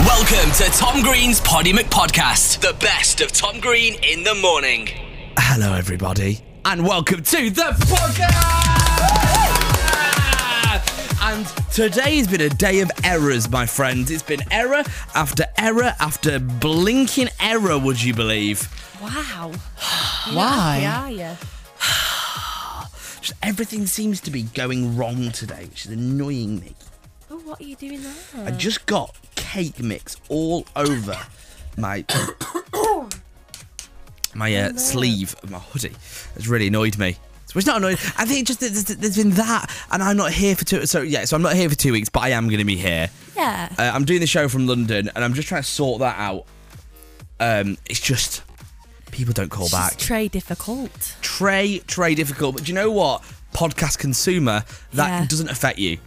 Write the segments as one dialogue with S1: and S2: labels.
S1: Welcome to Tom Green's Poddy McPodcast, the best of Tom Green in the morning.
S2: Hello, everybody, and welcome to the podcast. And today has been a day of errors, my friends. It's been error after error after blinking error. Would you believe?
S3: Wow.
S2: Why?
S3: Yeah, yeah.
S2: Just everything seems to be going wrong today, which is annoying me.
S3: Oh, what are you doing
S2: I
S3: there?
S2: just got cake mix all over my my uh, sleeve of my hoodie. It's really annoyed me. So it's not annoyed. I think just that there's, there's been that, and I'm not here for two. So yeah, so I'm not here for two weeks, but I am going to be here.
S3: Yeah.
S2: Uh, I'm doing the show from London, and I'm just trying to sort that out. Um, it's just people don't call
S3: It's
S2: back.
S3: Trey difficult.
S2: Tray, tray difficult, but do you know what? Podcast consumer, that
S3: Yeah.
S2: doesn't affect you.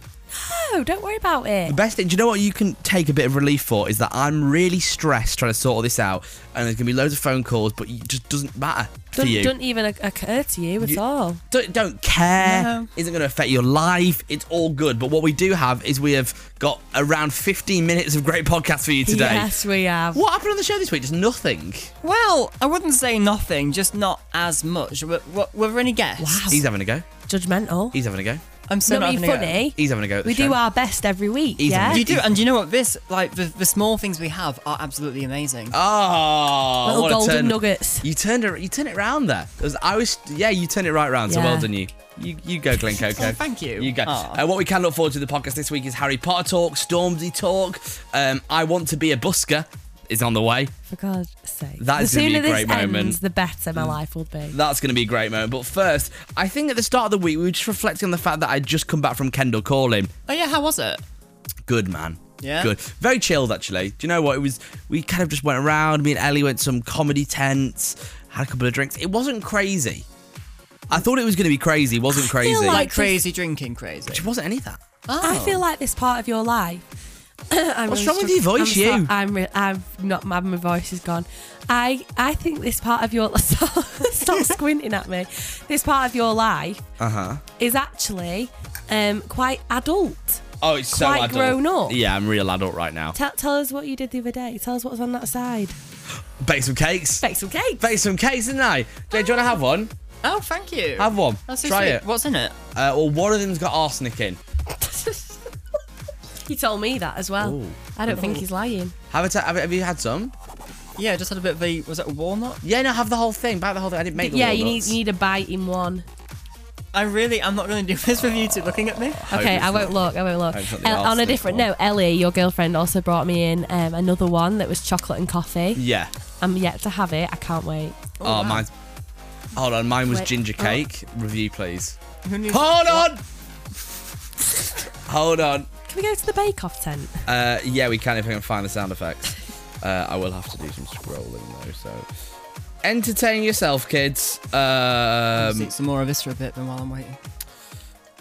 S3: No, don't worry about
S2: The
S3: it.
S2: best thing, do you know what you can take a bit of relief for is that I'm really stressed trying to sort all this out, and there's gonna be loads of phone calls, but it just doesn't matter for
S3: Don't,
S2: you.
S3: don't even oc- occur to you at
S2: You-
S3: all.
S2: Don't, don't care.
S3: No.
S2: Isn't gonna affect your life. It's all good. But what we do have is we have got around 15 minutes of great podcast for you today.
S3: Yes, we have.
S2: What happened on the show this week? Just nothing.
S4: Well, I wouldn't say nothing, just not as much. Were, were, were there any guests?
S3: Wow.
S2: He's having a go.
S3: Judgmental.
S2: He's having a go.
S4: I'm so
S3: not
S4: not
S3: even
S4: having a go.
S3: funny.
S2: He's having a go. At the
S3: We do
S2: show.
S3: our best every week.
S2: He's
S3: yeah.
S2: having
S4: You do, and you know what? This, like, the, the small things we have are absolutely amazing.
S2: Uh, Oh,
S3: Little
S2: what a
S3: golden
S2: turn.
S3: nuggets.
S2: You turned it. You turned it round there. It was- I was. Yeah, you turned it right round. So
S3: Yeah.
S2: well done, you. You, you go, Glen Coco.
S4: Oh, thank you.
S2: You go.
S4: Aw.
S2: Uh, what we can look forward to in the podcast this week is Harry Potter talk, Stormzy talk. Um, I want to be a busker is on the way.
S3: For God's sake.
S2: That
S3: the
S2: is gonna be
S3: sooner
S2: a
S3: this
S2: great moment. Mm.
S3: ends, the better my life will be.
S2: That's going to be a great moment. But first, I think at the start of the week we were just reflecting on the fact that I'd just come back from Kendall calling.
S4: Oh, yeah, how was it?
S2: Good man.
S4: Yeah?
S2: Good. Very chilled actually. Do you know what? It was we kind of just went around, me and Ellie went to some comedy tents, had a couple of drinks. It wasn't crazy. I thought it was gonna be crazy, it wasn't
S3: feel
S2: crazy.
S3: like-
S4: Like, crazy drinking crazy. Oh.
S2: it wasn't any of that.
S3: I feel like this part of your life. I'm
S2: Oh. What's
S3: really
S2: wrong with your
S3: struggling.
S2: voice,
S3: I'm
S2: you?
S3: so- I'm, re- I'm not. My, my voice is gone. I I think this part of your stop, stop squinting at me. This part of your life
S2: Uh-huh.
S3: is actually um, quite adult.
S2: Oh, it's so
S3: Quite
S2: adult.
S3: grown up.
S2: Yeah, I'm real adult right now.
S3: Tell, tell us what you did the other day. Tell us what was on that side.
S2: Bake some cakes.
S3: Bake some cake.
S2: Baked some cakes, didn't I? Jay, do you want to have one?
S4: Oh, thank you.
S2: Have one.
S4: That's so
S2: Try
S4: sweet.
S2: it.
S4: What's in it?
S2: Uh, well, one of them's got arsenic in.
S3: He told me that as well.
S2: Ooh.
S3: I don't think he's lying.
S2: Have, it, have, it- have you had some?
S4: Yeah, just had a bit of a. Was it a walnut?
S2: Yeah, no, have the whole thing. Buy the whole thing. I didn't make the
S3: yeah, you need
S2: walnuts.
S3: you need a bite in one.
S4: I really. I'm not going to do this with you two looking at me.
S3: Okay,
S2: it's
S3: I won't look. I won't
S2: hope it's not
S3: look.
S2: the
S3: El- on a
S2: arsenic
S3: different
S2: one.
S3: note, Ellie, your girlfriend, also brought me in um, another one that was chocolate and coffee.
S2: Yeah.
S3: I'm yet to have it. I can't wait.
S2: Oh, mine's. Hold on, mine was
S3: Wait,
S2: ginger
S3: oh.
S2: cake. Review, please.
S4: Who knew-
S2: Hold on! Hold on.
S3: Can we go to the Bake Off tent?
S2: Uh, yeah, we can if I can find the sound effect. Uh, I will have to do some scrolling, though, so. Entertain yourself, kids.
S4: Let's
S2: Um,
S4: eat some more of this for a bit, then while I'm waiting.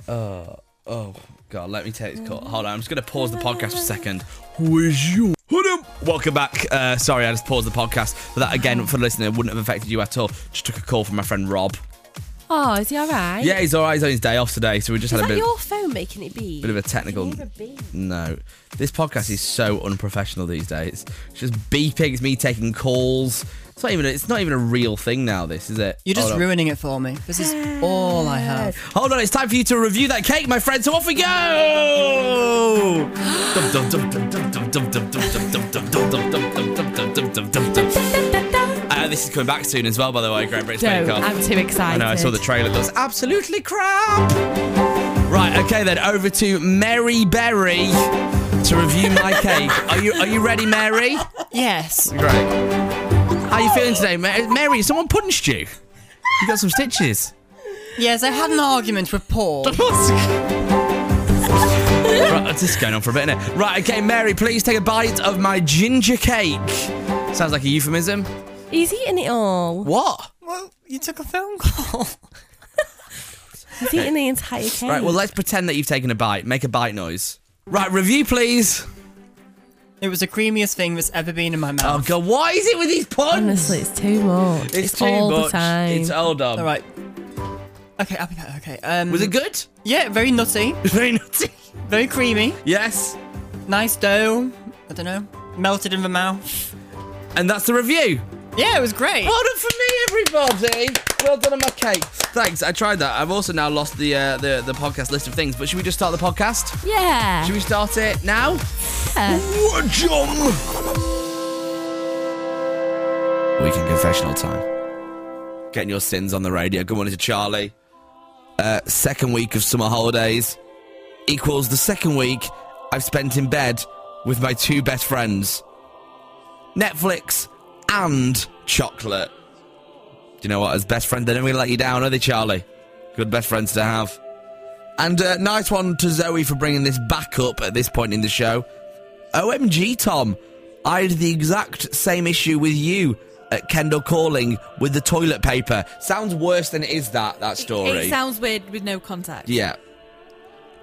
S2: Oh god, let me take this call. Hold on, I'm just gonna pause the podcast for a second. Where's you? Hold up. Welcome back. Uh, sorry, I just paused the podcast. But that again, for the listener, wouldn't have affected you at all. Just took a call from my friend Rob.
S3: Oh, is he all right?
S2: Yeah, he's alright. He's on his day off today, so we just
S3: Is
S2: had a
S3: that
S2: bit,
S3: your phone making it be?
S2: bit of a technical. No, this podcast is so unprofessional these days. It's just beeping. It's me taking calls. It's not even. A, it's not even a real thing now. This is it.
S4: You're just
S2: Hold on.
S4: ruining it for me. This is all I have.
S2: Hold on, it's time for you to review that cake, my friend. So off we go. Uh, this is coming back soon as well, by the way. Great British Bake
S3: Don't.
S2: Off.
S3: I'm too
S2: I
S3: excited.
S2: know. I saw the trailer. That was absolutely crap. Right. Okay, then over to Mary Berry to review my cake. Are you Are you ready, Mary?
S4: Yes.
S2: Great. How are you feeling today, Ma- Mary? Someone punched you. You got some stitches.
S4: Yes, I had an argument with Paul.
S2: right, this is going on for a bit, innit? Right, okay, Mary, please take a bite of my ginger cake. Sounds like a euphemism.
S3: He's eating it all.
S2: What?
S4: Well, you took a phone call.
S3: He's eating the entire cake.
S2: Right, well, let's pretend that you've taken a bite. Make a bite noise. Right, review, please.
S4: It was the creamiest thing that's ever been in my
S2: Oh,
S4: mouth.
S2: God, why is it with these puns?
S3: Honestly, it's too much. It's,
S2: it's too
S3: all
S2: much.
S3: the time.
S2: It's hold on.
S4: All right. Okay, I'll be back. Okay. Um,
S2: Um, Was it good?
S4: Yeah, very nutty,
S2: Very nutty.
S4: very creamy,
S2: Yes.
S4: nice dough. I don't know. melted in the mouth.
S2: And that's the review.
S4: Yeah, it was great.
S2: Well done for me, everybody. Well done on my cake. Thanks. I tried that. I've also now lost the uh, the the podcast list of things. But should we just start the podcast?
S5: Yeah.
S2: Should we start it now? Weekend confessional time. Getting your sins on the radio. Good morning to Charlie. Uh, second week of summer holidays equals the second week I've spent in bed with my two best friends. Netflix and chocolate. Do you know what? As best friend, they're never going to let you down, are they, Charlie? Good best friends to have. And uh, nice one to Zoe for bringing this back up at this point in the show. OMG, Tom. I had the exact same issue with you at Kendall Calling with the toilet paper. Sounds worse than it is that,
S3: E-
S2: that story.
S5: It sounds weird with no contact.
S2: Yeah.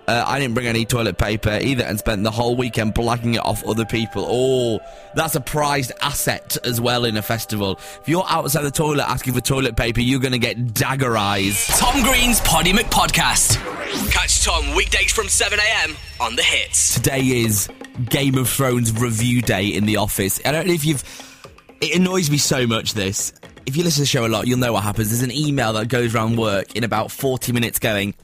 S2: Uh, I didn't bring any toilet paper either and spent the whole weekend blacking it off other people. Oh, that's a prized asset as well in a festival. If you're outside the toilet asking for toilet paper, you're going to get daggerized.
S1: Tom Green's Poddy McPodcast. Catch Tom weekdays from 7am on the hits.
S2: Today is Game of Thrones review day in the office. I don't know if you've. It annoys me so much, this. If you listen to the show a lot, you'll know what happens. There's an email that goes around work in about 40 minutes going,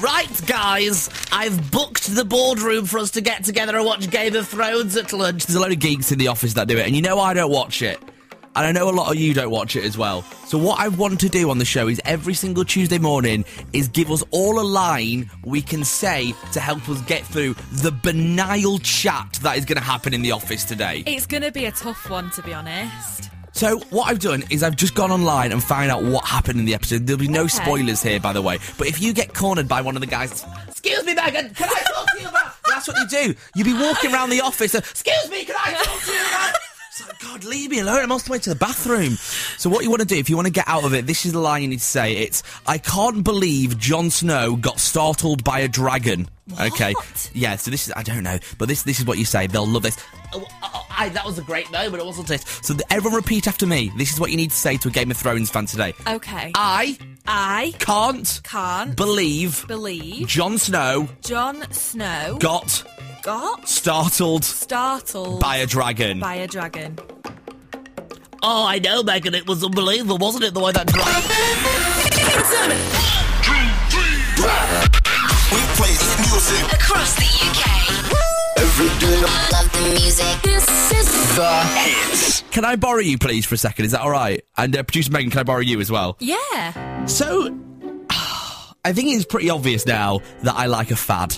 S2: Right, guys, I've booked the boardroom for us to get together and watch Game of Thrones at lunch. There's a load of geeks in the office that do it, and you know I don't watch it. And I know a lot of you don't watch it as well. So what I want to do on the show is every single Tuesday morning is give us all a line we can say to help us get through the banal chat that is going to happen in the office today.
S5: It's going to be a tough one, to be honest.
S2: So what I've done is I've just gone online and found out what happened in the episode. There'll be no
S5: Okay.
S2: spoilers here, by the way. But if you get cornered by one of the guys, excuse me, Megan, can I talk to you about? That's what you do. You'd be walking around the office. And, excuse me, can I talk to you about? It's like, God, leave me alone. I'm on the way to the bathroom. So what you want to do, if you want to get out of it, this is the line you need to say. It's, I can't believe Jon Snow got startled by a dragon. Okay.
S5: What?
S2: Yeah, so this is I don't know, but this this is what you say. They'll love this. Oh, oh, I, that was a great moment, wasn't it? So th- everyone repeat after me. This is what you need to say to a Game of Thrones fan today.
S5: Okay.
S2: I
S5: I
S2: can't
S5: can't
S2: believe
S5: believe
S2: Jon Snow
S5: Jon Snow
S2: got
S5: got
S2: startled
S5: startled
S2: by a dragon.
S5: by a dragon.
S2: Oh, I know, Megan. It was unbelievable, wasn't it? The way that dragon.
S6: We play this music
S7: across the UK.
S6: every day.
S7: Love the music. This is
S2: Can I borrow you, please, for a second? Is that all right? And uh, producer Megan, can I borrow you as well?
S5: Yeah.
S2: So, I think it's pretty obvious now that I like a fad,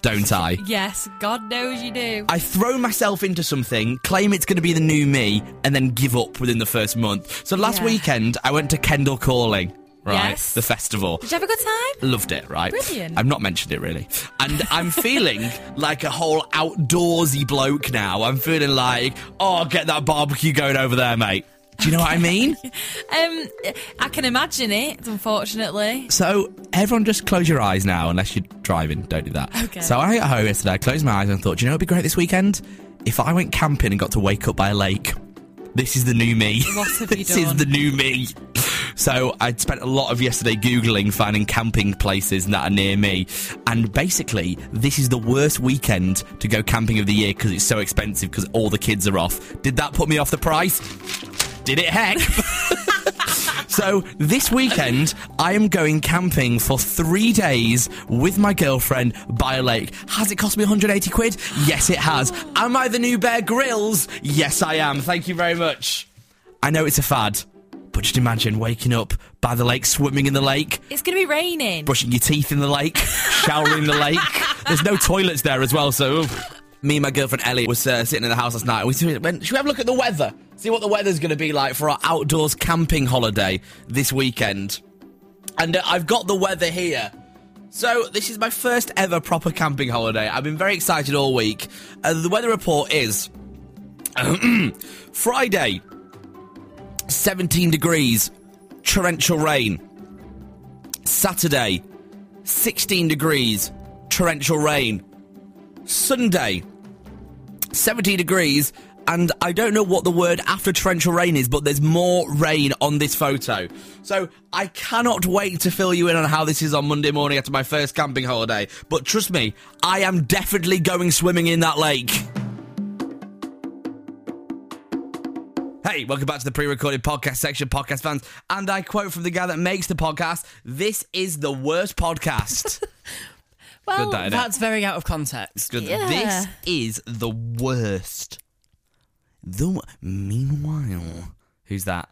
S2: don't I?
S3: Yes, God knows you do.
S2: I throw myself into something, claim it's going to be the new me, and then give up within the first month. So last
S5: Yeah.
S2: weekend, I went to Kendall Calling, right?
S3: Yes.
S2: The festival.
S5: Did you have a good time?
S2: Loved it, right?
S5: Brilliant.
S2: I've not mentioned it really. And I'm feeling like a whole outdoorsy bloke now. I'm feeling like, oh, get that barbecue going over there, mate. Do you know what I mean?
S5: Um, I can imagine it. Unfortunately,
S2: So everyone just close your eyes now, unless you're driving, don't do that.
S5: Okay.
S2: So I got home yesterday, I closed my eyes and thought, do you know what'd be great this weekend? If I went camping and got to wake up by a lake. This is the new me.
S5: What have you
S2: this is
S5: done?
S2: the new me. So I'd spent a lot of yesterday googling, finding camping places that are near me, and basically this is the worst weekend to go camping of the year because it's so expensive because all the kids are off. Did that put me off the price? Did it? Heck. So this weekend, I am going camping for three days with my girlfriend by a lake. Has it cost me 180 quid? Yes, it has. Am I the new Bear Grylls? Yes, I am. Thank you very much. I know it's a fad, but just imagine waking up by the lake, swimming in the lake,
S5: it's going to be raining.
S2: brushing your teeth in the lake, showering in the lake. There's no toilets there as well, so. oof. Me and my girlfriend Ellie was uh, sitting in the house last night. We went, should we have a look at the weather? See what the weather's going to be like for our outdoors camping holiday this weekend. And uh, I've got the weather here. So, this is my first ever proper camping holiday. I've been very excited all week. Uh, the weather report is Friday, 17 degrees, torrential rain. Saturday, 16 degrees, torrential rain. Sunday, 70 degrees, and I don't know what the word after torrential rain is, but there's more rain on this photo. So I cannot wait to fill you in on how this is on Monday morning after my first camping holiday. But trust me, I am definitely going swimming in that lake. Hey, welcome back to the pre-recorded podcast section, podcast fans. And I quote from the guy that makes the podcast: "This is the worst podcast."
S3: Well,
S2: that, innit?
S4: That's very out of context.
S2: Good.
S3: Yeah.
S2: This is the worst. The wo- meanwhile, who's that?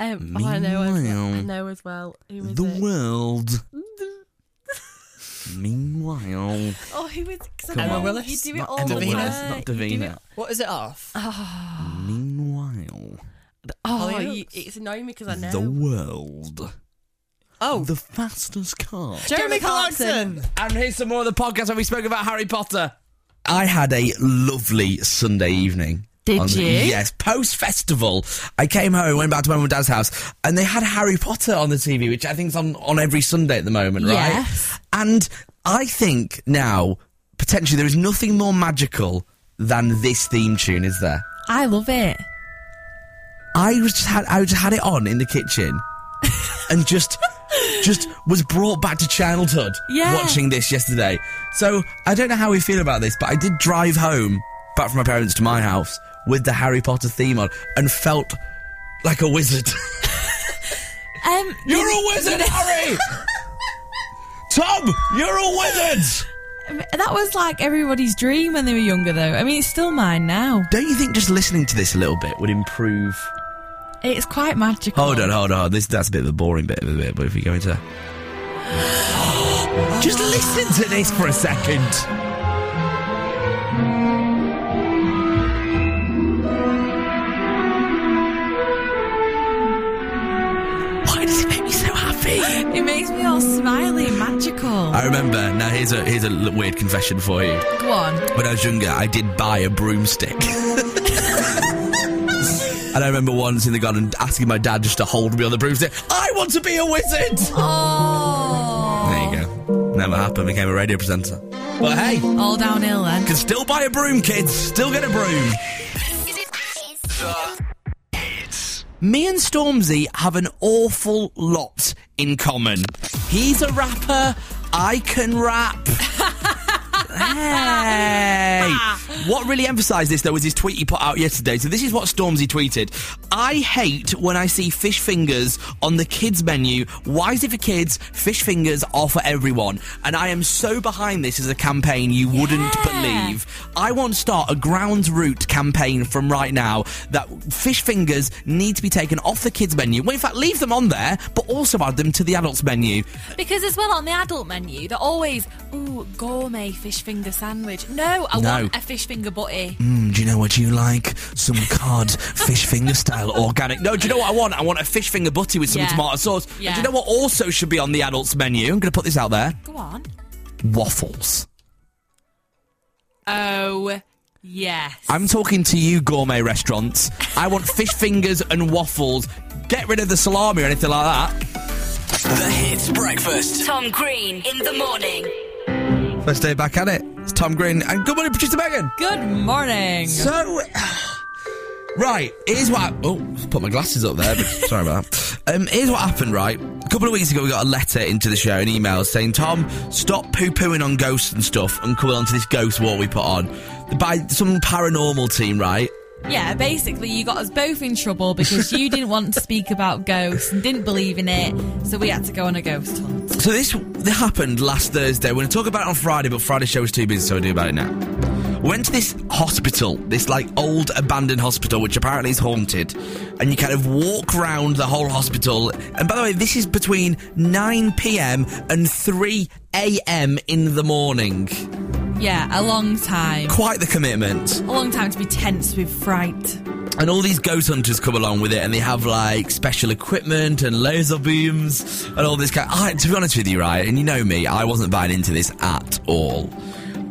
S3: um, oh, I know. As well. I
S2: Meanwhile,
S3: know as well. Who is
S2: The
S3: it?
S2: world. meanwhile,
S3: Oh, who is? Cause I
S2: Come
S3: know
S2: on.
S4: Willis?
S3: You do it
S2: not
S3: all
S2: Emma
S3: the
S2: Willis,
S3: time.
S2: not
S3: You do it-
S2: Davina.
S4: What is it off?
S2: Uh, Meanwhile,
S3: Oh,
S4: Holly
S3: you,
S4: Oaks.
S3: it's annoying me because I know.
S2: the world.
S4: oh,
S2: The fastest car.
S3: Jeremy
S4: Jeremy
S3: Clarkson.
S4: Clarkson.
S2: And here's some more of the podcast where we spoke about Harry Potter. I had a lovely Sunday evening.
S5: Did
S2: On the-
S5: you?
S2: yes, post festival. I came home, went back to my mum and dad's house, and they had Harry Potter on the TV, which I think is on, on every Sunday at the moment,
S5: Yes.
S2: right? And I think now, potentially, there is nothing more magical than this theme tune, is there?
S5: I love it.
S2: I was just had I just had it on in the kitchen, and just just was brought back to childhood
S5: Yeah.
S2: watching this yesterday. So I don't know how we feel about this, but I did drive home back from my parents to my house with the Harry Potter theme on and felt like a wizard.
S5: Um,
S2: you're a wizard, Harry. Tom, you're a wizard.
S5: Um, that was like everybody's dream when they were younger, though. I mean, it's still mine now.
S2: Don't you think just listening to this a little bit would improve?
S5: It's quite magical.
S2: Hold on, hold on. This that's a bit of a boring bit of the bit, but if we go into Just listen to this for a second. Why does it make me so happy?
S5: It makes me all smiley and magical.
S2: I remember. Now here's a here's a l- weird confession for you.
S5: Go on.
S2: When I was younger, I did buy a broomstick. and I remember once in the garden asking my dad just to hold me on the broomstick. I want to be a wizard.
S5: Oh.
S2: There you go. Never happened. Became a radio presenter. But hey,
S5: All downhill then.
S2: can still buy a broom, kids. Still get a broom. Me and Stormzy have an awful lot in common. He's a rapper. I can rap. Hey. What really emphasised this though was his tweet he put out yesterday. So this is what Stormzy tweeted: "I hate when I see fish fingers on the kids menu. Why is it for kids? Fish fingers are for everyone. And I am so behind this as a campaign you wouldn't
S5: Yeah.
S2: believe. I want to start a ground root campaign from right now that fish fingers need to be taken off the kids menu. Well, in fact, leave them on there, but also add them to the adults menu.
S5: Because as well on the adult menu, they're always ooh gourmet fish finger sandwich. No, I
S2: No.
S5: want a fish finger butty.
S2: Mm, do you know what you like? Some cod, fish finger style, organic. No, do you know what I want? I want a fish finger butty with some
S5: Yeah.
S2: tomato sauce. And do
S5: Yeah.
S2: you know what also should be on the adults menu? I'm going to put this out there:
S5: Go on.
S2: waffles.
S5: Oh yes.
S2: I'm talking to you, gourmet restaurants. I want fish fingers and waffles. Get rid of the salami or anything like that.
S1: The Hit Breakfast.
S7: Tom Green in the morning.
S2: Let's stay back at it. It's Tom Green and good morning, producer Megan.
S5: Good morning.
S2: So, right, here's what. I, oh, put my glasses up there. But sorry about that. Um, here's what happened. Right, a couple of weeks ago, we got a letter into the show, an email saying, "Tom, stop poo-pooing on ghosts and stuff, and come along to this ghost war we put on by some paranormal team." Right.
S5: Yeah, basically you got us both in trouble because you didn't want to speak about ghosts and didn't believe in it, so we had to go on a ghost hunt.
S2: So this this happened last Thursday. We're going to talk about it on Friday, but Friday's show was too busy, so I do about it now. Went to this hospital, this like old abandoned hospital, which apparently is haunted, and you kind of walk round the whole hospital. And by the way, this is between 9 p.m. and 3 a.m. in the morning.
S5: Yeah, a long time.
S2: Quite the commitment.
S5: A long time to be tense with fright.
S2: And all these ghost hunters come along with it, and they have like special equipment and laser beams and all this kind. I, to be honest with you, right? And you know me, I wasn't buying into this at all.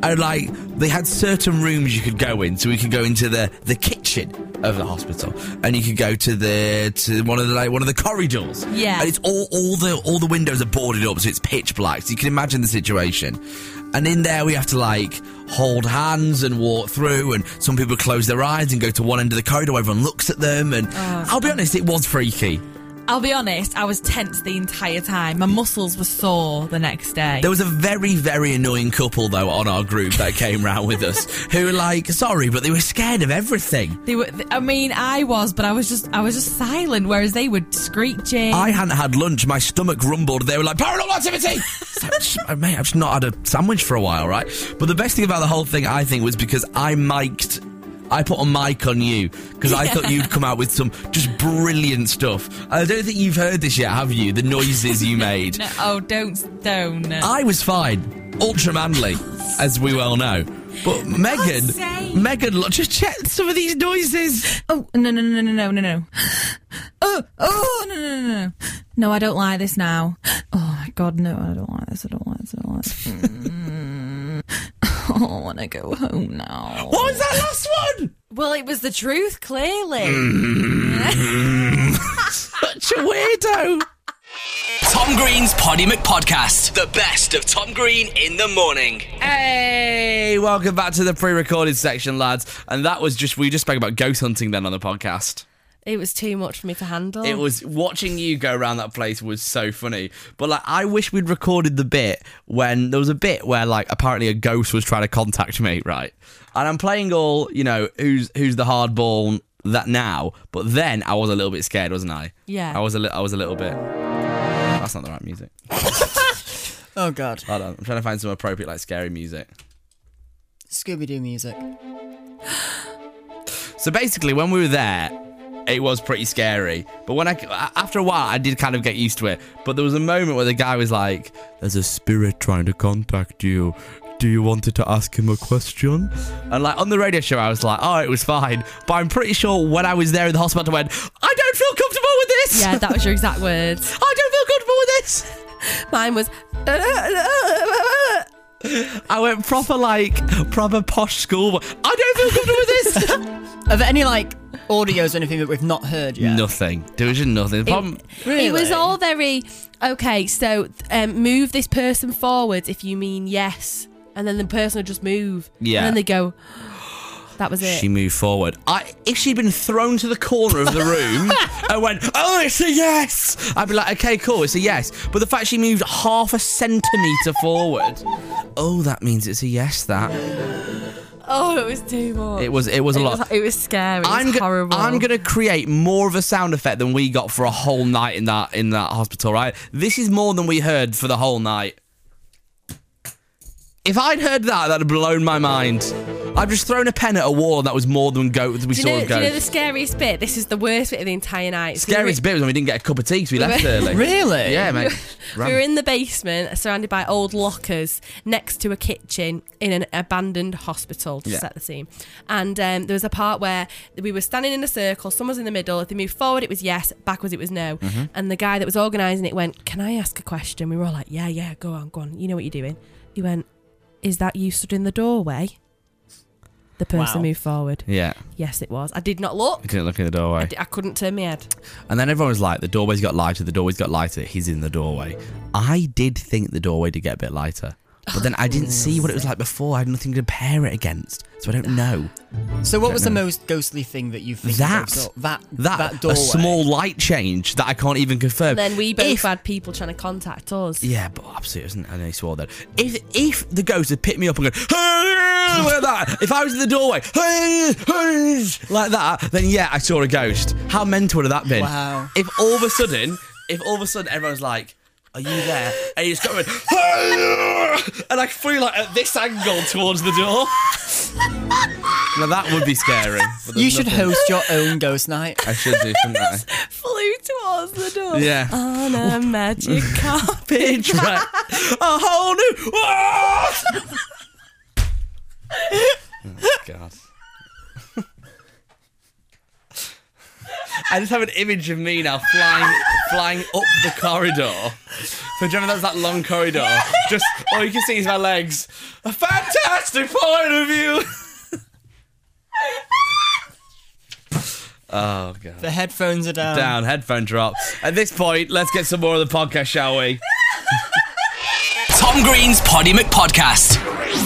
S2: And like, they had certain rooms you could go in, so we could go into the the kitchen of the hospital, and you could go to the to one of the like one of the corridors.
S5: Yeah.
S2: and it's all all the all the windows are boarded up, so it's pitch black. So you can imagine the situation. And in there, we have to like hold hands and walk through. And some people close their eyes and go to one end of the corridor. Everyone looks at them, and I'll be honest, it was freaky.
S5: I'll be honest, I was tense the entire time. My muscles were sore the next day.
S2: There was a very, very annoying couple though on our group that came round with us who were like, sorry, but they were scared of everything.
S5: They were. I mean, I was, but I was just, I was just silent. Whereas they were screeching.
S2: I hadn't had lunch. My stomach rumbled. They were like, paranormal activity! It's like, "Just- uh, mate, I've just not had a sandwich for a while, right? But the best thing about the whole thing, I think, was because I mic'd. I put a mic on you because I thought you'd come out with some just brilliant stuff. I don't think you've heard this yet, have you? The noises you made.
S5: No, oh, don't, don't.
S2: I was fine, ultra manly, as we well know. But Megan,
S5: sake.
S2: Megan, look, just check some of these noises.
S5: oh no no no no no no no. Oh oh no no no no. No, I don't like this now. Oh my god, no, I don't like this. I don't like this. I don't like this. Mm. Oh, I want to go home now.
S2: What was that last one?
S3: Well, it was the truth, clearly.
S2: Mm. Such a weirdo.
S1: Tom Green's Poddy McPodcast. The best of Tom Green in the morning.
S2: Hey, welcome back to the pre-recorded section, lads. And that was just we just spoke about ghost hunting then on the podcast.
S3: It was too much for me to handle.
S2: It was watching you go around that place was so funny. But like, I wish we'd recorded the bit when there was a bit where like apparently a ghost was trying to contact me, right? And I'm playing all you know who's who's the hardball that now. But then I was a little bit scared, wasn't I?
S3: Yeah.
S2: I was a li- I was a little bit. That's not the right music.
S4: Oh god,
S2: Hold on, I'm trying to find some appropriate like scary music.
S4: Scooby Doo music.
S2: So basically, when we were there, it was pretty scary. But when I after a while, I did kind of get used to it. But there was a moment where the guy was like, "There's a spirit trying to contact you." Do you wanted to ask him a question? And like on the radio show, I was like, "Oh, it was fine," but I'm pretty sure when I was there in the hospital, I went, "I don't feel comfortable with this.
S3: yeah, that was your exact words.
S2: I don't feel comfortable with this."
S3: Mine was.
S2: I went proper like proper posh school. I don't feel comfortable with this.
S4: Are there any like audios or anything that we've not heard yet?
S2: Nothing. There was just nothing. The problem-
S4: Really?
S3: It was all very okay. So um, move this person forwards if you mean yes, and then the person would just move.
S2: Yeah.
S3: And then they go. That was it.
S2: She moved forward. I, if she'd been thrown to the corner of the room and went, "Oh, it's a yes," I'd be like, "Okay, cool, it's a yes." But the fact she moved half a centimeter forward, oh, that means it's a yes. That
S3: oh, it was too much.
S2: it was. It was a lot.
S3: It was scary. It was
S2: I'm go-
S3: horrible.
S2: I'm gonna create more of a sound effect than we got for a whole night in that in that hospital. Right? This is more than we heard for the whole night. If I'd heard that, that'd have blown my mind. I've just thrown a pen at a wall, and that was more than go- we
S3: Do you,
S2: saw
S3: know,
S2: of
S3: do you know
S2: ghosts.
S3: the scariest bit? This is the worst bit of the entire night. So we were-
S2: Scariest bit was when we didn't get a cup of tea because we left early.
S4: Really?
S2: Yeah, mate.
S3: We were in the basement, surrounded by old lockers, next to a kitchen in an abandoned hospital to
S2: Yeah.
S3: set the scene. And um, there was a part where we were standing in a circle. Someone's in the middle. If they moved forward, it was yes. Backwards, it was no.
S2: Mm-hmm.
S3: And the guy that was organising it went, "Can I ask a question?" We were all like, "Yeah, yeah, go on, go on. You know what you're doing." He went, "Is that you stood in the doorway?" The person
S4: Wow.
S3: moved forward.
S2: yeah,
S3: Yes, it was. I did not look.
S2: we couldn't look in the doorway.
S3: I couldn't turn my head.
S2: And then everyone was like, the doorway's got lighter, the doorway's got lighter, he's in the doorway. I did think the doorway did get a bit lighter. But then
S3: Oh,
S2: I didn't see what it was like before. I had nothing to pair it against. So
S3: Ah,
S2: I don't know.
S4: So what was the
S2: know.
S4: most ghostly thing that you think
S2: That,
S4: goes up? that
S2: that,
S4: doorway?
S2: a small light change that I can't even confirm.
S3: Then we both
S2: If-
S3: had people trying to contact us.
S2: Yeah, but absolutely, isn't I know he swore that. If if the ghost had picked me up and gone, "Hey," like that, if I was in the doorway, "Hey, hey," like that, then yeah, I saw a ghost. How mental would have that been?
S4: Wow.
S2: If all of a sudden, if all of a sudden everyone's like, "Are you there?" and he's going, "Hey," and I flew like at this angle towards the door. now that would be scary. but there's
S4: You should
S2: nothing-
S4: host your own ghost night.
S2: I should do, shouldn't I?
S3: flew towards the door.
S2: Yeah.
S3: On
S1: Oh.
S3: a magic carpet.
S2: It's right. A whole new. oh God. I just have an image of me now flying, flying up the corridor. So do you remember that's that long corridor? Just all you can see is my legs. A fantastic point of view. oh God
S4: The headphones are down.
S2: down, headphone drop. At this point, let's get some more of the podcast, shall we?
S1: Tom Green's Poddy McPodcast.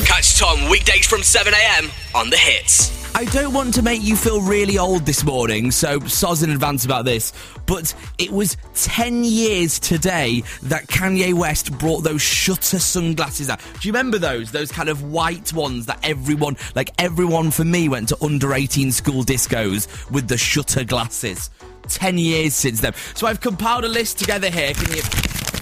S1: Catch Tom weekdays from 7am on The Hits. I don't want to make you feel really old this morning, so soz in advance about this. But it was 10 years today that Kanye West brought those shutter sunglasses out. Do you remember those? Those kind of white ones that everyone, like everyone for me, went to under 18 school discos with the shutter glasses. 10 years since then. So I've compiled a list together here. Can you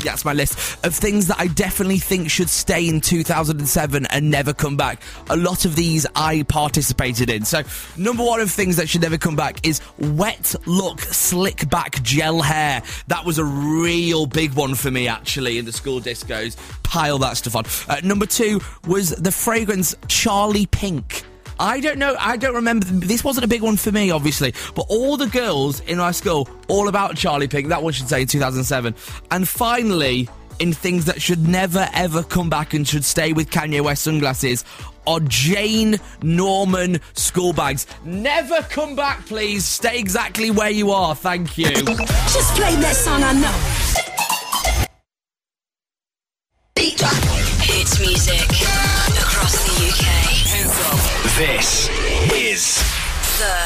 S1: that's my list of things that I definitely think should stay in 2007 and never come back. A lot of these I participated in. So, number one of things that should never come back is wet look, slick back gel hair. That was a real big one for me, actually, in the school discos. Pile that stuff on. Uh, number two was the fragrance Charlie Pink. I don't know. I don't remember. This wasn't a big one for me, obviously. But all the girls in our school, all about Charlie Pink. That one should say 2007. And finally, in things that should never ever come back and should stay with Kanye West sunglasses, are Jane Norman school bags. Never come back, please. Stay exactly where you are. Thank you.
S7: Just play that song I know. Hit music across the UK.
S8: This is
S7: The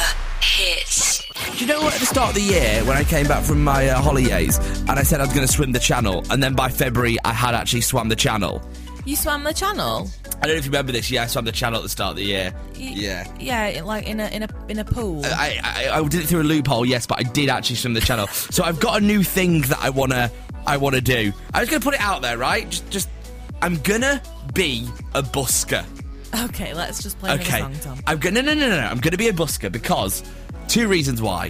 S7: hits.
S1: Do you know what? At the start of the year, when I came back from my uh, holidays, and I said I was going to swim the channel, and then by February, I had actually swam the channel.
S3: You swam the channel.
S1: I don't know if you remember this. Yeah, I swam the channel at the start of the year.
S3: You-
S1: Yeah. Uh,
S3: Yeah, like in a in a in a pool.
S1: I, I, I did it through a loophole, yes, but I did actually swim the channel. so I've got a new thing that I wanna I wanna do. I'm just gonna put it out there, right? Just, just I'm gonna be a busker.
S3: okay, let's just play
S1: Okay.
S3: another song, Tom.
S1: I'm gonna no no no no. I'm gonna be a busker because two reasons why.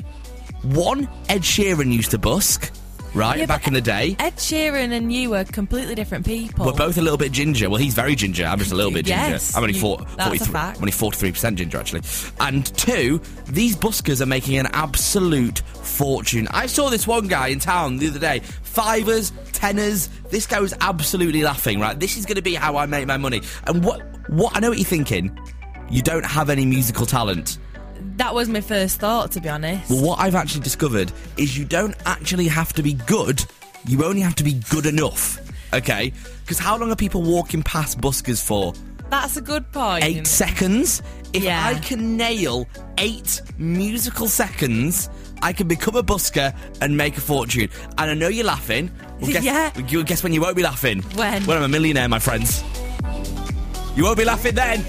S1: One, Ed Sheeran used to busk, right
S3: Yeah,
S1: back
S3: but
S1: in the day.
S3: Ed Sheeran and you are completely different people.
S1: We're both a little bit ginger. Well, he's very ginger. I'm just a little bit ginger.
S3: Yes,
S1: I'm only
S3: you-
S1: four,
S3: that's a
S1: 43
S3: fact.
S1: I'm only 43% ginger, actually. And two, these buskers are making an absolute fortune. I saw this one guy in town the other day. Fivers, tenors. This guy was absolutely laughing, right? This is going to be how I make my money. And what, what, I know what you're thinking. You don't have any musical talent.
S3: That was my first thought, to be honest.
S1: Well, what I've actually discovered is you don't actually have to be good, you only have to be good enough. Okay? Because how long are people walking past buskers for?
S3: That's a good point.
S1: Eight seconds? If
S3: Yeah.
S1: I can nail eight musical seconds, I can become a busker and make a fortune. And I know you're laughing. Well, guess,
S3: Yeah.
S1: you guess when you won't be laughing?
S3: When?
S1: When I'm a millionaire, my friends. You won't be laughing then.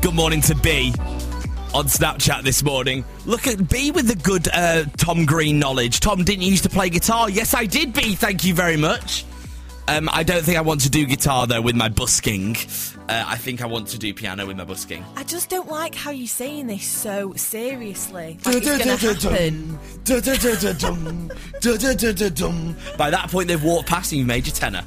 S1: Good morning to B on Snapchat this morning. Look at B with the good uh, Tom Green knowledge. Tom, didn't you used to play guitar? Yes, I did, B. Thank you very much. Um, I don't think I want to do guitar though with my busking. Uh, I think I want to do piano with my busking.
S3: I just don't like how you're saying this so seriously. Like it's gonna happen.
S1: By that point, they've walked past and you've made your tenor.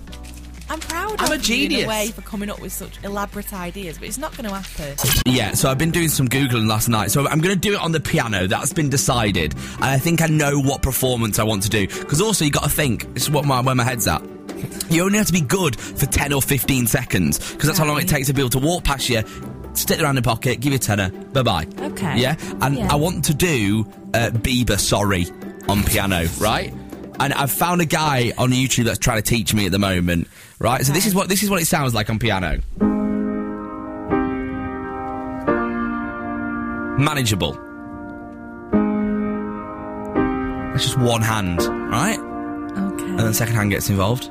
S3: I'm proud of
S1: I'm a
S3: you in
S1: genius.
S3: a way for coming up with such elaborate ideas, but it's not going to happen.
S1: Yeah, so I've been doing some Googling last night. So I'm going to do it on the piano. That's been decided. And I think I know what performance I want to do. Because also, you got to think, this is what my, where my head's at. You only have to be good for 10 or 15 seconds. Because that's how long it
S3: Right.
S1: takes for people to walk past you, stick their hand in their pocket, give you a tenner, bye bye.
S3: Okay.
S1: Yeah? And
S3: Yeah.
S1: I want to do uh, Bieber Sorry on piano, right? And I've found a guy on YouTube that's trying to teach me at the moment, right? So this is what this is what it sounds like on piano. manageable. That's just one hand, right? And
S3: Okay.
S1: then second hand gets involved.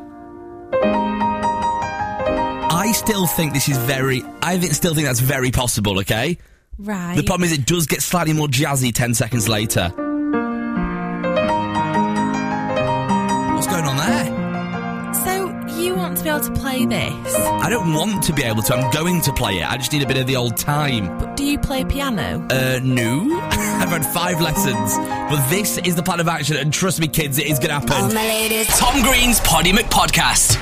S1: I still think this is very. I think, still think that's very possible. Okay.
S3: Right.
S1: The problem is, it does get slightly more jazzy ten seconds later. What's going on there?
S3: so you want to be able to play this,
S1: I don't want to be able to. I'm going to play it. I just need a bit of the old time.
S3: but do you play piano?
S1: Uh, no. I've had five lessons, but this is the plan of action, and trust me, kids, it is going to happen.
S7: All my ladies.
S8: Tom Green's Poddy McPodcast.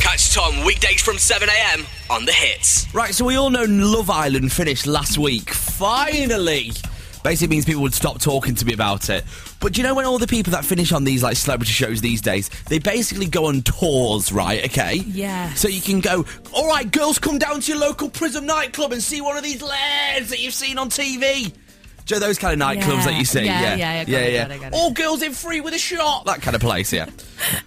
S8: Catch Tom weekdays from 7am on the hits.
S1: Right, so we all know Love Island finished last week. Finally! Basically means people would stop talking to me about it. But do you know when all the people that finish on these like celebrity shows these days, they basically go on tours, right? Okay.
S3: Yeah.
S1: So you can go, all right, girls, come down to your local Prism nightclub and see one of these lads that you've seen on TV. Joe, those kind of nightclubs
S9: Yeah.
S1: that you see.
S9: Yeah, yeah,
S1: Yeah,
S9: I got
S1: yeah,
S9: it,
S1: yeah.
S9: got it, got it.
S1: All girls in free with a shot. That kind of place, yeah.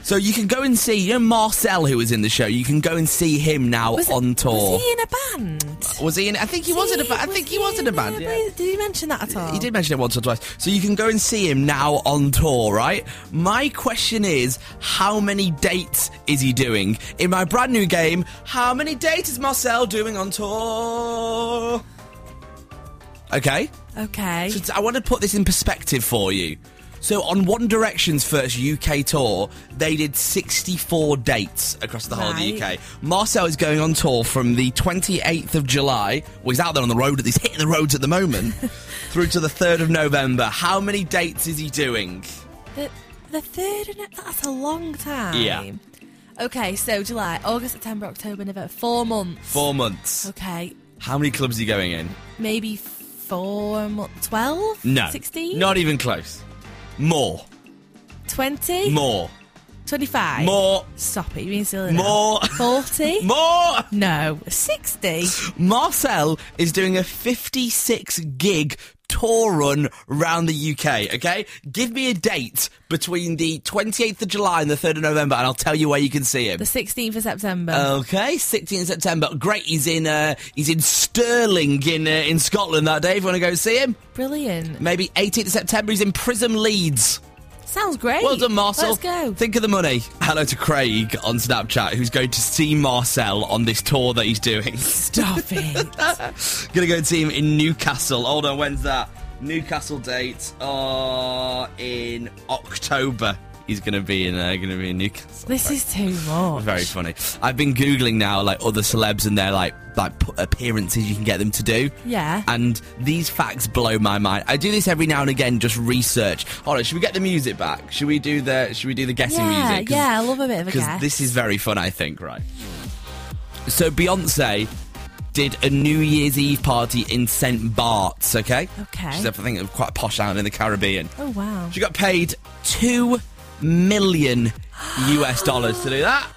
S1: so you can go and see, you know, Marcel, who was in the show, you can go and see him now
S3: Was-
S1: on tour.
S3: Was he in a band?
S1: Was he in? I think he was in a band. I think he was in a band. yeah.
S3: Did he mention that at all?
S1: He did mention it once or twice. So you can go and see him now on tour, right? My question is, how many dates is he doing? In my brand new game, how many dates is Marcel doing on tour? Okay.
S3: Okay.
S1: So t- I want to put this in perspective for you. So on One Direction's first UK tour, they did 64 dates across the whole of the
S3: Right.
S1: UK. Marcel is going on tour from the 28th of July. Well, he's out there on the road. He's hitting the roads at the moment. through to the 3rd of November. How many dates is he doing?
S3: The, the third, and that's a long time.
S1: Yeah.
S3: Okay, so July, August, September, October, November, four months.
S1: Four months.
S3: Okay,
S1: How many clubs are you going in?
S3: maybe four months. 12?
S1: No.
S3: 16?
S1: Not even close. More.
S3: 20?
S1: More.
S3: 25?
S1: More.
S3: Stop it, you're being silly. now.
S1: More.
S3: 40?
S1: More.
S3: No. 60?
S1: Marcel is doing a 56 gig tour run round the UK, okay? Give me a date between the 28th of July and the 3rd of November and I'll tell you where you can see him.
S3: The 16th of September.
S1: Okay, 16th September. Great, he's in uh, he's in Stirling in uh, in Scotland that day. If you want to go see him,
S3: Brilliant.
S1: maybe 18th September he's in Prism Leeds.
S3: Sounds great.
S1: Well done, Marcel.
S3: Let's go.
S1: Think of the money. Hello to Craig on Snapchat, who's going to see Marcel on this tour that he's doing.
S3: Stop it.
S1: Gonna go see him in Newcastle. Hold on, when's that? Newcastle dates are in October. He's gonna be in. Uh, gonna be in Newcastle.
S3: this is too much.
S1: Very funny. I've been googling now, like other celebs and their like like p- appearances you can get them to do.
S3: Yeah.
S1: And these facts blow my mind. I do this every now and again, just research. Hold on, should we get the music back? Should we do the? Should we do the guessing
S3: Yeah,
S1: music? 'Cause-
S3: yeah, I love a bit of a
S1: because
S3: guess.
S1: this is very fun, I think, right? So Beyonce did a New Year's Eve party in St. Bart's, okay?
S3: Okay.
S1: She's, I think, quite a posh island in the Caribbean.
S3: Oh, wow.
S1: She got paid two million US dollars to do that.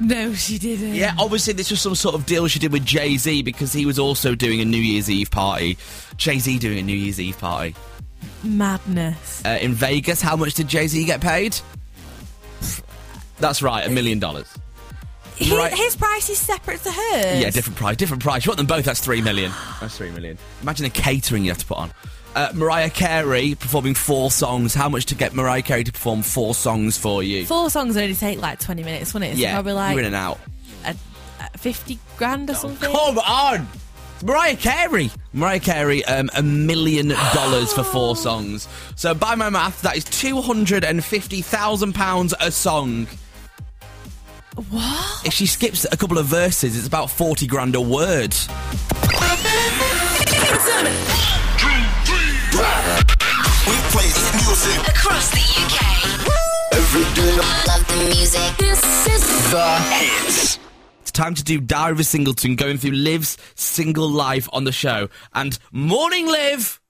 S3: No, she didn't.
S1: Yeah, obviously this was some sort of deal she did with Jay Z because he was also doing a New Year's Eve party. Jay Z doing a New Year's Eve party
S3: Madness.
S1: uh, in Vegas. How much did Jay Z get paid? That's right, a million dollars.
S3: He-
S1: Right.
S3: His price is separate to hers.
S1: Yeah, different price, different price. You want them both? That's three million. That's three million. Imagine the catering you have to put on. Uh, Mariah Carey performing four songs. How much to get Mariah Carey to perform four songs for you?
S3: Four songs only take like 20 minutes, wouldn't it? So
S1: yeah,
S3: probably
S1: you're in
S3: like
S1: and out.
S3: a, a 50 grand or something.
S1: Come on, It's Mariah Carey. Mariah Carey, um, a million dollars for four songs. So by my math, that is two hundred and fifty thousand pounds a song.
S3: What?
S1: If she skips a couple of verses, it's about forty grand a word.
S10: We play hit music
S7: Across the UK.
S10: every day.
S7: Love the music. This is
S1: It's time to do Diary of a Singleton, going through Liv's single life on the show. And morning, Liv,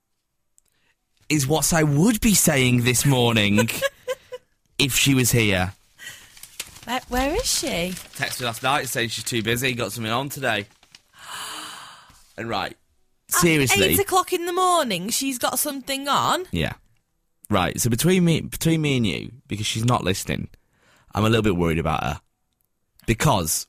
S1: is what I would be saying this morning if she was here.
S3: Where, where is she?
S1: Texted me last night saying she's too busy, got something on today. And right, seriously,
S3: Eight o'clock in the morning, she's got something on.
S1: yeah, right. So between me, between me and you, because she's not listening, I'm a little bit worried about her because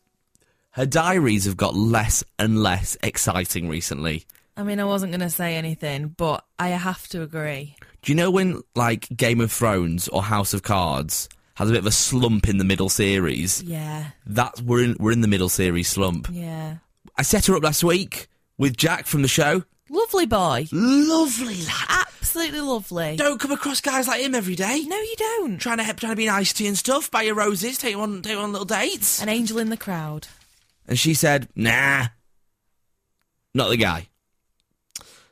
S1: her diaries have got less and less exciting recently.
S3: I mean, I wasn't going to say anything, but I have to agree.
S1: Do you know when, like, Game of Thrones or House of Cards has a bit of a slump in the middle series?
S3: Yeah,
S1: That's we're in we're in the middle series slump.
S3: yeah.
S1: I set her up last week with Jack from the show.
S3: Lovely boy.
S1: Lovely lad.
S3: Absolutely lovely.
S1: Don't come across guys like him every day.
S3: No, you don't.
S1: Trying to help, trying to be nice to you and stuff. Buy you roses. Take you on, take you on little dates.
S3: An angel in the crowd.
S1: And she said, nah, not the guy.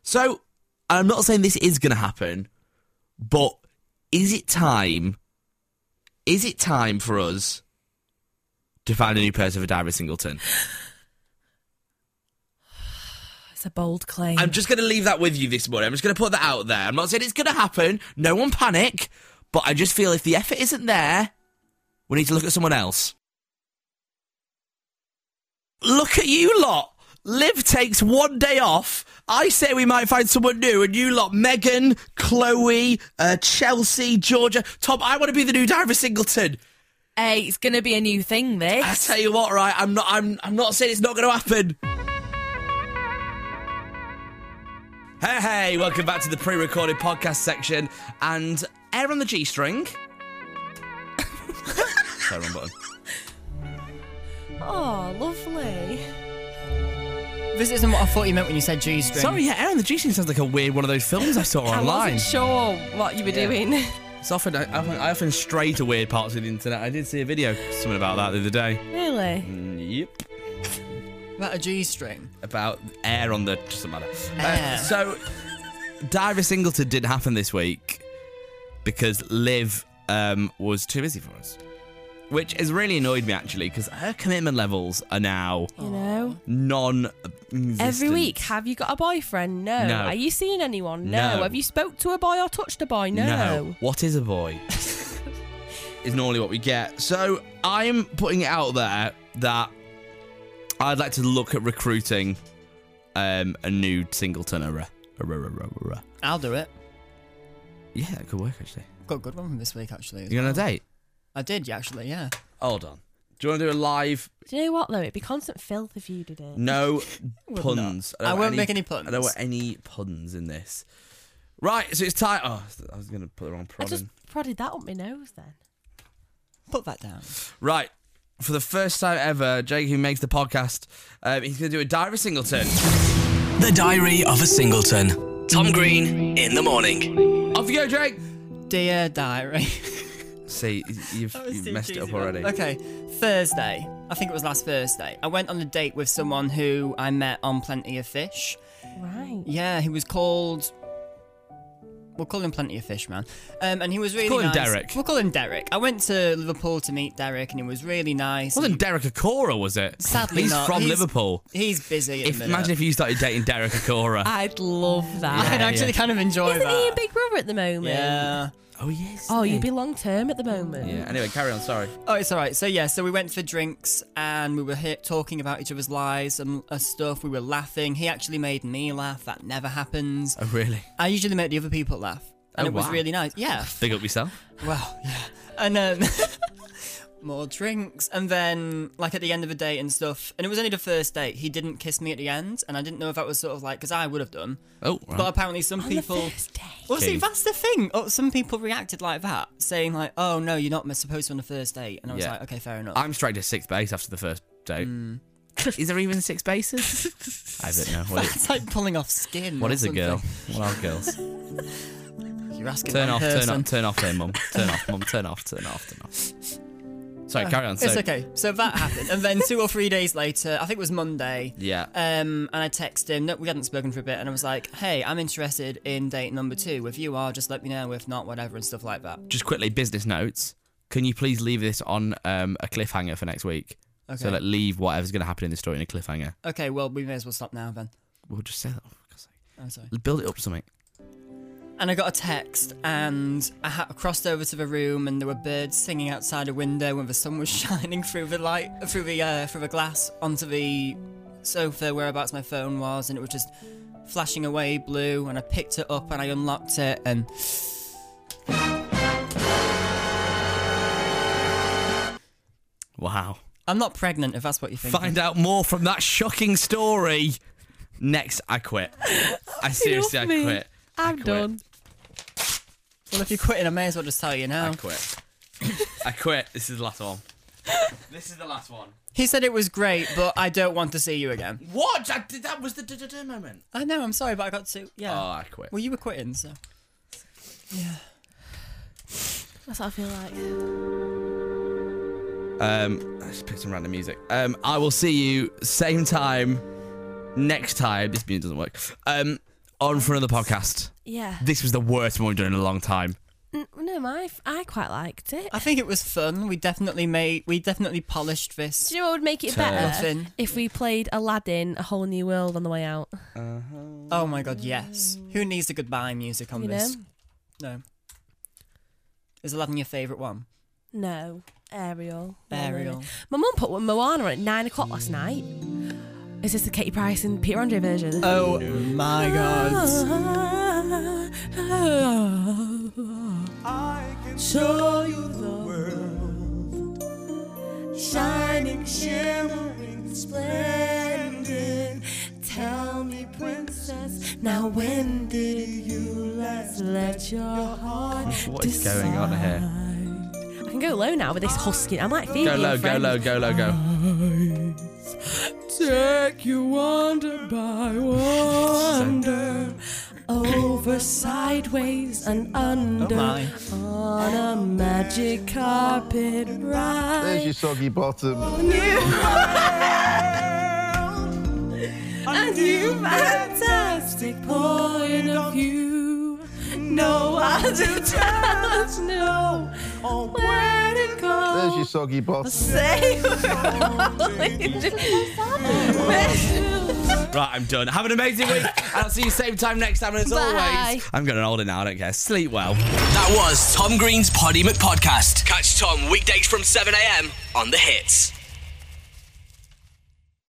S1: So, I'm not saying this is going to happen, but is it time? Is it time for us to find a new person for Diary Singleton?
S3: It's a bold claim.
S1: I'm just going to leave that with you this morning. I'm just going to put that out there. I'm not saying it's going to happen. No one panic. But I just feel if the effort isn't there, we need to look at someone else. Look at you lot. Liv takes one day off. I say we might find someone new, and you lot, Megan, Chloe, uh, Chelsea, Georgia, Tom. I want to be the new Diver Singleton.
S11: Hey, it's going to be a new thing, this.
S1: I tell you what, right? I'm not. I'm. I'm not saying it's not going to happen. Hey, hey! Welcome back to the pre-recorded podcast section and air on the G string. Sorry, wrong button.
S3: Oh, lovely.
S4: This isn't what I thought you meant when you said G string.
S1: Sorry, yeah, Aaron the G string sounds like a weird one of those films I saw
S3: I
S1: online.
S3: wasn't sure what you were doing.
S1: It's often I, often I often stray to weird parts of the internet. I did see a video something about that the other day.
S3: Really?
S1: Yep,
S4: About a G string.
S1: about air on the doesn't matter. Uh,
S4: Air.
S1: so, Diver Singleton did happen this week because Liv um, was too busy for us, which has really annoyed me actually because her commitment levels are now
S3: You know?
S1: non.
S3: Every week, have you got a boyfriend? No.
S1: No.
S3: Are you seeing anyone?
S1: No.
S3: Have you spoke to a boy or touched a boy? No.
S1: What is a boy? is normally what we get. So I'm putting it out there that I'd like to look at recruiting um, a new singleton. Arra. Arra, arra, arra.
S4: I'll do it.
S1: Yeah, that could work actually.
S4: Got a good one from this week actually. as
S1: You are on a
S4: well.
S1: date?
S4: I did yeah, actually, yeah.
S1: Oh. Hold on. Do you want to do a live?
S3: Do you know what though? It'd be constant filth if you did it.
S1: No puns.
S4: I
S1: don't
S4: won't
S1: want
S4: make any puns.
S1: I don't want any puns in this. Right, so it's time. Oh, I was going to put the wrong
S3: I
S1: prod
S3: just
S1: in.
S3: prodded that up my nose then.
S4: Put that down.
S1: Right. For the first time ever, Jake, who makes the podcast, um, he's going to do a Diary Singleton.
S12: The Diary of a Singleton. Tom Green in the morning.
S1: Off you go, Jake.
S4: Dear diary.
S1: See, you've, you've messed it up already.
S4: Okay, Thursday. I think it was last Thursday. I went on a date with someone who I met on Plenty of Fish.
S3: Right.
S4: Yeah, he was called. We'll call him Plenty of Fish, man. Um, and he was really
S1: Call him
S4: nice.
S1: Derek.
S4: We'll call him Derek. I went to Liverpool to meet Derek, and he was really nice.
S1: Wasn't Derek Acora, was it?
S4: Sadly,
S1: he's
S4: not.
S1: from
S4: He's-
S1: Liverpool.
S4: He's busy. At
S1: If,
S4: the minute.
S1: imagine if you started dating Derek Acora.
S3: I'd love that.
S4: I'd actually kind of enjoy
S3: Isn't
S4: that.
S3: he a big brother at the moment?
S4: yeah.
S1: oh yes.
S3: Oh, you'd be long term at the moment.
S4: Mm.
S1: Yeah. Anyway, carry on. Sorry.
S4: Oh, it's all right. So yeah, so we went for drinks and we were here talking about each other's lives and uh, stuff. We were laughing. He actually made me laugh. That never happens.
S1: Oh really?
S4: I usually make the other people laugh, and
S1: Oh,
S4: it was
S1: wow.
S4: really nice. Yeah.
S1: Big up yourself.
S4: Well, yeah. And um, more drinks. And then, like, at the end of the date and stuff, and it was only the first date, he didn't kiss me at the end. And I didn't know if that was sort of like, because I would have done.
S1: Oh,
S4: But
S1: right.
S4: apparently, some
S3: On
S4: people.
S3: the first day.
S4: Well, see,
S1: Okay.
S4: that's the thing. Oh, some people reacted like that, saying, like, oh, no, you're not supposed to on the first date. And I was
S1: Yeah.
S4: like, okay, fair enough.
S1: I'm straight to sixth base after the first date.
S4: Mm.
S1: Is there even six bases? I don't know. What is,
S4: It's like pulling off skin.
S1: what
S4: or
S1: is a
S4: something.
S1: girl? What are girls?
S4: You're asking
S1: Turn
S4: one
S1: off, turn
S4: person.
S1: off, turn off there, mum. Turn off, mum. Turn off, turn off, turn off. Sorry, carry on. So,
S4: Uh, It's okay. So that happened. And then two or three days later, I think it was Monday.
S1: Yeah.
S4: Um, and I texted him. No, we hadn't spoken for a bit, and I was like, "Hey, I'm interested in date number two. If you are, just let me know. If not, whatever, and stuff like that."
S1: Just quickly, business notes. Can you please leave this on um, a cliffhanger for next week? So,
S4: Okay.
S1: like, leave whatever's going to happen in the story in a cliffhanger.
S4: Okay. Well, we may as well stop now then.
S1: We'll just say that. for God's sake.
S4: I'm sorry.
S1: Build it up something.
S4: And I got a text, and I, ha- I crossed over to the room, and there were birds singing outside a window, and the sun was shining through the light, through the uh, through the glass onto the sofa whereabouts my phone was, and it was just flashing away blue. And I picked it up, and I unlocked it, and
S1: Wow.
S4: I'm not pregnant. If that's what you think.
S1: Find out more from that shocking story. Next, I quit. I seriously, I
S3: Enough me.
S1: quit.
S3: I'm
S1: quit.
S3: done.
S4: Well, if you're quitting, I may as well just tell you now.
S1: I quit. I quit. This is the last one. This is the last one.
S4: He said it was great, but I don't want to see you again.
S1: What? I did, that was the da da da moment.
S4: I know, I'm sorry, but I got to.
S1: Oh,
S4: Yeah.
S1: I quit.
S4: well, you were quitting, so. Yeah.
S11: That's what I feel like.
S1: Um, I just picked some random music. Um, I will see you same time next time. This music doesn't work. Um, on for another podcast.
S3: Yeah.
S1: This was the worst one we've done in a long time.
S3: N- No, my, I quite liked it.
S4: I think it was fun. We definitely made. We definitely polished this.
S3: Do you know what would make it
S1: Turn.
S3: better?
S4: Nothing.
S3: If we played Aladdin, A Whole New World on the way out.
S4: Oh my god, yes. Who needs the goodbye music on
S3: You know?
S4: this? No. Is Aladdin your favourite one?
S3: No. Ariel.
S4: Ariel.
S3: My mum put one Moana on at nine o'clock last night.
S13: Is this the Katie Price and Peter Andre version?
S4: Oh my god.
S3: show you the world shining, shimmering, splendid. Tell me, princess, now when did you last let your heart
S1: What is going on here?
S13: I can go low now with this husking. I'm like Phoebe
S1: Go
S13: in
S1: low, go
S13: Friends.
S1: low, go low,
S3: Oh.
S1: go.
S3: take you wonder by wonder over sideways and
S14: Oh
S3: under
S4: My.
S3: on a magic carpet ride.
S14: There's your soggy bottom.
S3: a new fantastic point of view. No other chance, no. Where to go?
S14: Oh, There's your soggy bottom.
S3: Say we're only
S1: Right, I'm done. Have an amazing week. I'll see you same time next time. And as always, I'm getting older now. I don't care. Sleep well.
S15: That was Tom Green's Poddy McPodcast. Catch Tom weekdays from 7am on The Hits.